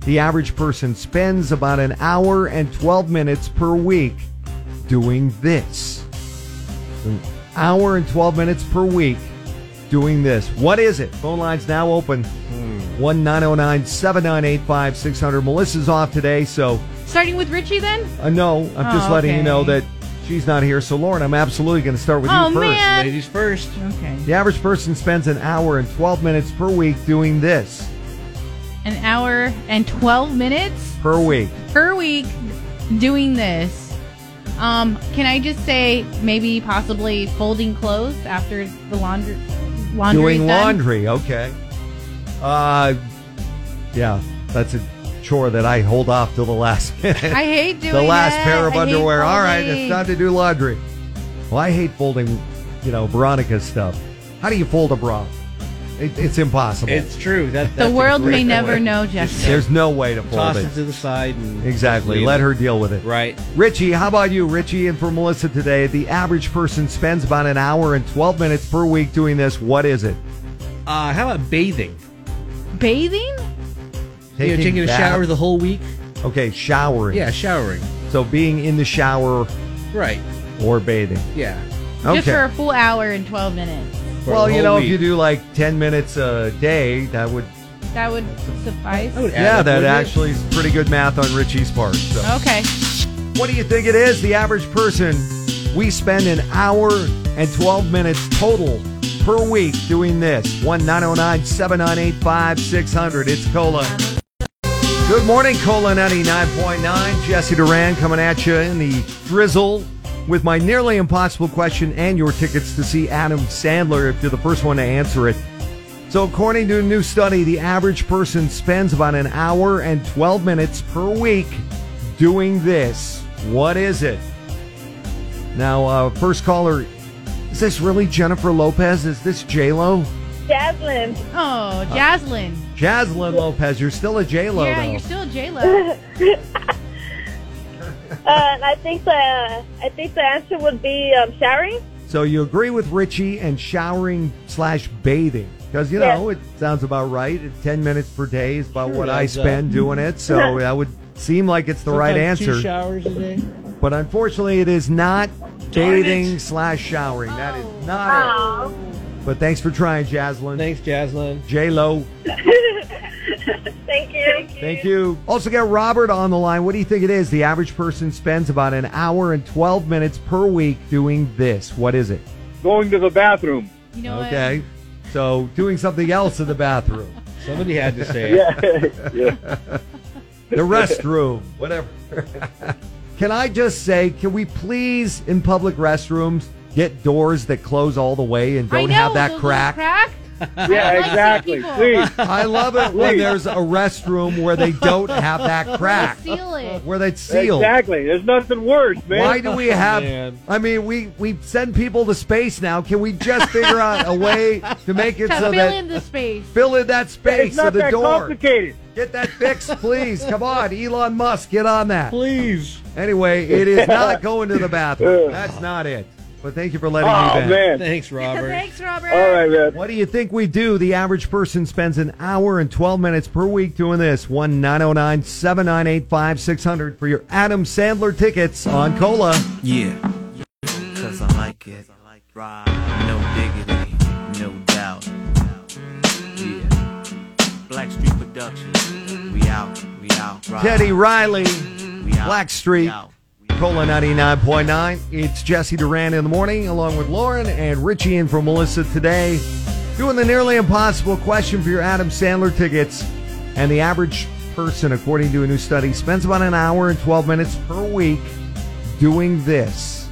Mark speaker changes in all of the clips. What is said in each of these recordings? Speaker 1: The average person spends about an hour and 12 minutes per week doing this. An hour and 12 minutes per week doing this. What is it? Phone lines now open.
Speaker 2: Hmm.
Speaker 1: oh 1 909 798 5600. Melissa's off today, so
Speaker 3: Starting with Richie then?
Speaker 1: uh, no, I'm just
Speaker 3: Oh,
Speaker 1: letting you know
Speaker 3: okay.
Speaker 1: that she's not here. So, Lauren, I'm absolutely going to start with
Speaker 3: Oh,
Speaker 1: you first.
Speaker 3: man.
Speaker 2: Ladies first.
Speaker 3: Okay.
Speaker 1: The average person spends an hour and 12 minutes per week doing this
Speaker 3: An hour and 12 minutes
Speaker 1: per week.
Speaker 3: per week doing this. Um, can I just say maybe possibly folding clothes after the laundry laundry
Speaker 1: doing
Speaker 3: is done?
Speaker 1: laundry. Okay. Uh, yeah, that's a chore that I hold off till the last minute.
Speaker 3: I hate doing
Speaker 1: the last
Speaker 3: that.
Speaker 1: pair of
Speaker 3: I hate
Speaker 1: underwear. All right, it's
Speaker 3: folding.
Speaker 1: time to do laundry. Well, I hate folding, you know, Veronica's stuff. How do you fold a bra? It, it's impossible.
Speaker 2: It's true. That,
Speaker 3: The
Speaker 2: that's a
Speaker 3: world
Speaker 2: great
Speaker 3: may never
Speaker 2: one.
Speaker 3: know, Jeff.
Speaker 1: There's no way to fold
Speaker 2: Toss it
Speaker 1: it.
Speaker 2: to the side. And
Speaker 1: Exactly.
Speaker 2: leave
Speaker 1: Let
Speaker 2: it.
Speaker 1: her deal with it.
Speaker 2: Right.
Speaker 1: Richie, how about you, Richie? And for Melissa today, the average person spends about an hour and 12 minutes per week doing this. What is it?
Speaker 2: Uh, how about bathing?
Speaker 3: Bathing?
Speaker 2: you know, taking a
Speaker 1: bath-
Speaker 2: shower the whole week.
Speaker 1: Okay, showering.
Speaker 2: Yeah, showering.
Speaker 1: So being in the shower
Speaker 2: Right.
Speaker 1: or bathing.
Speaker 2: Yeah.
Speaker 1: Okay.
Speaker 3: Just for a full hour and 12 minutes.
Speaker 2: For
Speaker 1: well,
Speaker 2: the
Speaker 1: you
Speaker 2: whole
Speaker 1: know, if
Speaker 2: week.
Speaker 1: you do like 10 minutes a day, that would,
Speaker 3: That would suffice.
Speaker 2: That would add
Speaker 1: yeah,
Speaker 2: up,
Speaker 1: that
Speaker 2: wouldn't it?
Speaker 1: actually is pretty good math on Richie's part. So.
Speaker 3: Okay.
Speaker 1: What do you think it is? The average person, we spend an hour and 12 minutes total per week doing this. oh 1 909 798 5600. It's Cola. Good morning, Cola 99.9. Jesse Duran coming at you in the drizzle with my nearly impossible question and your tickets to see Adam Sandler if you're the first one to answer it. So, according to a new study, the average person spends about an hour and 12 minutes per week doing this. What is it? Now, uh, first caller, is this really Jennifer Lopez? Is this J Lo?
Speaker 4: Jasmine.
Speaker 1: Uh,
Speaker 3: Oh, Jaslyn.
Speaker 1: Jaslyn Lopez, you're still a J Lo
Speaker 3: yeah,
Speaker 1: though.
Speaker 3: you're still J-Lo.
Speaker 4: Uh, and I think the I think the answer would be um, showering.
Speaker 1: so you agree with Richie and showering slash bathing because you know it sounds about right. It's Ten minutes per day is about
Speaker 2: Sure
Speaker 1: what I
Speaker 2: adds up.
Speaker 1: spend doing it, so that would seem like it's the right
Speaker 2: Sometimes
Speaker 1: answer.
Speaker 2: Two showers a day.
Speaker 1: But unfortunately, it is not
Speaker 2: Darn it.
Speaker 1: bathing slash showering. That is not
Speaker 4: Oh.
Speaker 1: it. But thanks for trying, Jaslyn.
Speaker 2: Thanks, Jaslyn.
Speaker 1: J Lo,
Speaker 4: Thank you.
Speaker 1: thank you. Also got Robert on the line. What do you think it is? The average person spends about an hour and twelve minutes per week doing this. What is it?
Speaker 5: going to the bathroom.
Speaker 3: You know what?
Speaker 1: Okay, so doing something else in the bathroom,
Speaker 2: Somebody had to say it.
Speaker 5: Yeah. yeah.
Speaker 1: the restroom, whatever. can I just say, can we please in public restrooms get doors that close all the way and
Speaker 3: I
Speaker 1: don't
Speaker 3: know,
Speaker 1: have
Speaker 3: the
Speaker 1: that
Speaker 3: little
Speaker 1: crack?
Speaker 3: crack.
Speaker 5: Yeah,
Speaker 3: like that
Speaker 5: exactly.
Speaker 3: people.
Speaker 5: Please.
Speaker 1: I love it when there's a restroom where they don't have that crack,
Speaker 3: Seal it.
Speaker 1: where they seal.
Speaker 5: Exactly. There's nothing worse, man.
Speaker 1: Why do we have?
Speaker 2: Man.
Speaker 1: I mean, we we send people to space now. Can we just figure out a way to make it
Speaker 3: To
Speaker 1: so
Speaker 3: fill
Speaker 1: that
Speaker 3: in the space.
Speaker 1: fill in that space
Speaker 5: It's
Speaker 1: of
Speaker 5: not
Speaker 1: the
Speaker 5: that
Speaker 1: door?
Speaker 5: complicated.
Speaker 1: Get that fixed, please. Come on, Elon Musk, get on that.
Speaker 2: Please.
Speaker 1: Anyway, it is not going to the bathroom. That's not it. But thank you for letting me
Speaker 5: Oh
Speaker 1: vent.
Speaker 5: man.
Speaker 2: Thanks, Robert.
Speaker 3: Thanks, Robert.
Speaker 5: All right, man.
Speaker 1: What do you think we do? The average person spends an hour and 12 minutes per week doing this. oh 1 909 798 5600 for your Adam Sandler tickets on Cola.
Speaker 6: Yeah. Cause I like it. Right. No diggity, no doubt. Yeah. Black Street Productions. We out, we out, right.
Speaker 1: Teddy Riley,
Speaker 6: we out,
Speaker 1: Blackstreet.
Speaker 6: we out.
Speaker 1: Cola 99.9. It's Jesse Duran in the morning, along with Lauren and Richie and for Melissa today. Doing the nearly impossible question for your Adam Sandler tickets. And the average person, according to a new study, spends about an hour and 12 minutes per week doing this.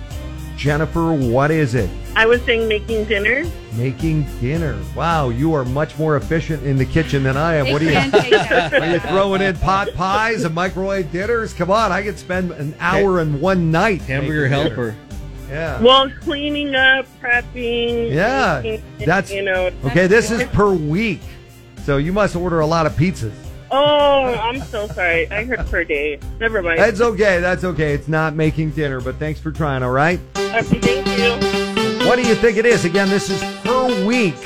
Speaker 1: Jennifer, what is it?
Speaker 4: I was saying making dinner.
Speaker 1: Making dinner. Wow, you are much more efficient in the kitchen than I am.
Speaker 3: They
Speaker 1: What do
Speaker 3: can
Speaker 1: you?
Speaker 3: take that.
Speaker 1: Are you throwing in pot pies and microwave dinners? Come on, I could spend an hour and one night.
Speaker 2: Hamburger
Speaker 1: making dinner.
Speaker 2: helper.
Speaker 1: Yeah.
Speaker 4: Well, cleaning up, prepping.
Speaker 1: Yeah,
Speaker 4: making,
Speaker 1: that's-
Speaker 4: you know.
Speaker 1: Okay, this is per week. So you must order a lot of pizzas.
Speaker 4: Oh, I'm so sorry. I heard per day. Never mind.
Speaker 1: That's okay. That's okay. It's not making dinner, but thanks for trying, all right?
Speaker 4: Okay, thank you.
Speaker 1: What do you think it is? Again, this is per week.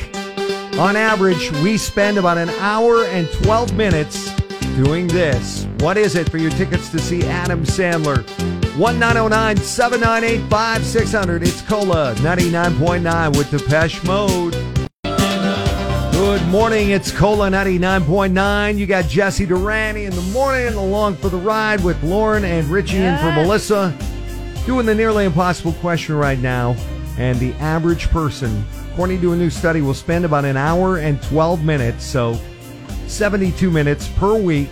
Speaker 1: On average, we spend about an hour and 12 minutes doing this. What is it for your tickets to see Adam Sandler? 1909 798 5600. It's Cola 99.9 with Depeche Mode. Good morning. It's Cola 99.9. You got Jesse Durani in the morning, along for the ride with Lauren and Richie and for
Speaker 3: Yes.
Speaker 1: Melissa. Doing the nearly impossible question right now. And the average person, according to a new study, will spend about an hour and 12 minutes, so 72 minutes per week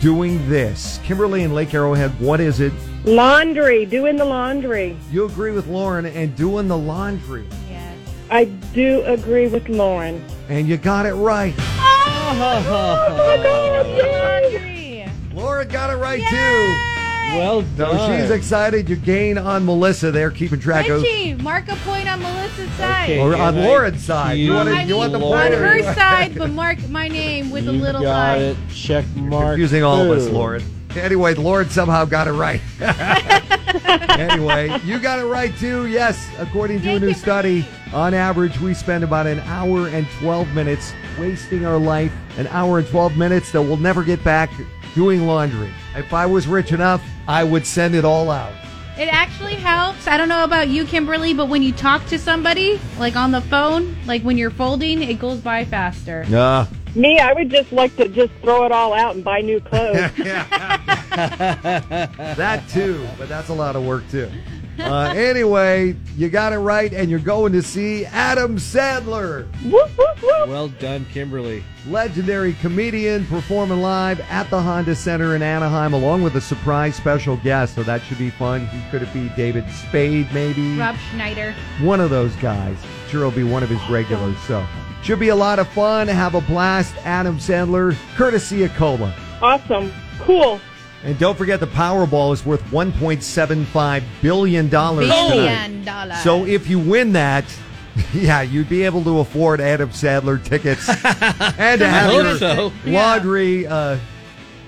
Speaker 1: doing this. Kimberly and Lake Arrowhead, what is it?
Speaker 7: Laundry, doing the laundry.
Speaker 1: You agree with Lauren and doing the laundry.
Speaker 3: Yes.
Speaker 7: I do agree with Lauren.
Speaker 1: And you got it right.
Speaker 3: Oh, Laundry.
Speaker 1: Laura got it right too.
Speaker 2: well done.
Speaker 1: So she's excited. You gain on Melissa there, keeping track of.
Speaker 3: Richie, mark a point on Melissa's side.
Speaker 2: Okay.
Speaker 1: Or on
Speaker 2: Yeah,
Speaker 1: Lauren's side. Oh, You
Speaker 2: you-
Speaker 1: want,
Speaker 3: I
Speaker 1: to,
Speaker 3: mean,
Speaker 1: you want the
Speaker 3: on
Speaker 1: point? or
Speaker 3: her
Speaker 1: you-
Speaker 3: side, but mark my name with a
Speaker 2: You
Speaker 3: little
Speaker 2: got
Speaker 3: eye.
Speaker 2: it. Check mark.
Speaker 1: Confusing all of us,
Speaker 2: two.
Speaker 1: Lauren. Anyway, Lauren somehow got it right. anyway, you got it right too. Yes, according to a new study, on average, we spend about an hour and 12 minutes wasting our life, an hour and 12 minutes that we'll never get back doing laundry. If I was rich enough, I would send it all out.
Speaker 3: It actually helps. I don't know about you, Kimberly, but when you talk to somebody, like on the phone, like when you're folding, it goes by faster.
Speaker 1: Nah.
Speaker 7: Me, I would just like to just throw it all out and buy new clothes.
Speaker 1: That too, but that's a lot of work too. Uh, anyway, you got it right, and you're going to see Adam Sandler,
Speaker 7: whoop, whoop, whoop.
Speaker 2: Well done, Kimberly.
Speaker 1: legendary comedian, performing live at the Honda Center in Anaheim, along with a surprise special guest. So that should be fun. Who could it be? David Spade, maybe
Speaker 3: Rob Schneider.
Speaker 1: one of those guys. Sure, will be one of his regulars. So should be a lot of fun. Have a blast, Adam Sandler, courtesy of Cola.
Speaker 7: Awesome. Cool.
Speaker 1: And don't forget, the Powerball is worth 1.75 billion dollars.
Speaker 3: Billion dollars.
Speaker 1: So if you win that, yeah, you'd be able to afford Adam Sadler tickets and to have
Speaker 2: hope
Speaker 1: your
Speaker 2: so.
Speaker 1: laundry uh,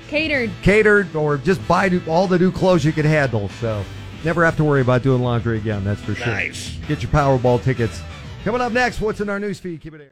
Speaker 3: catered.
Speaker 1: catered or just buy new- all the new clothes you can handle. So never have to worry about doing laundry again, that's for sure.
Speaker 2: Nice.
Speaker 1: Get your Powerball tickets. Coming up next, what's in our newsfeed? Keep it here.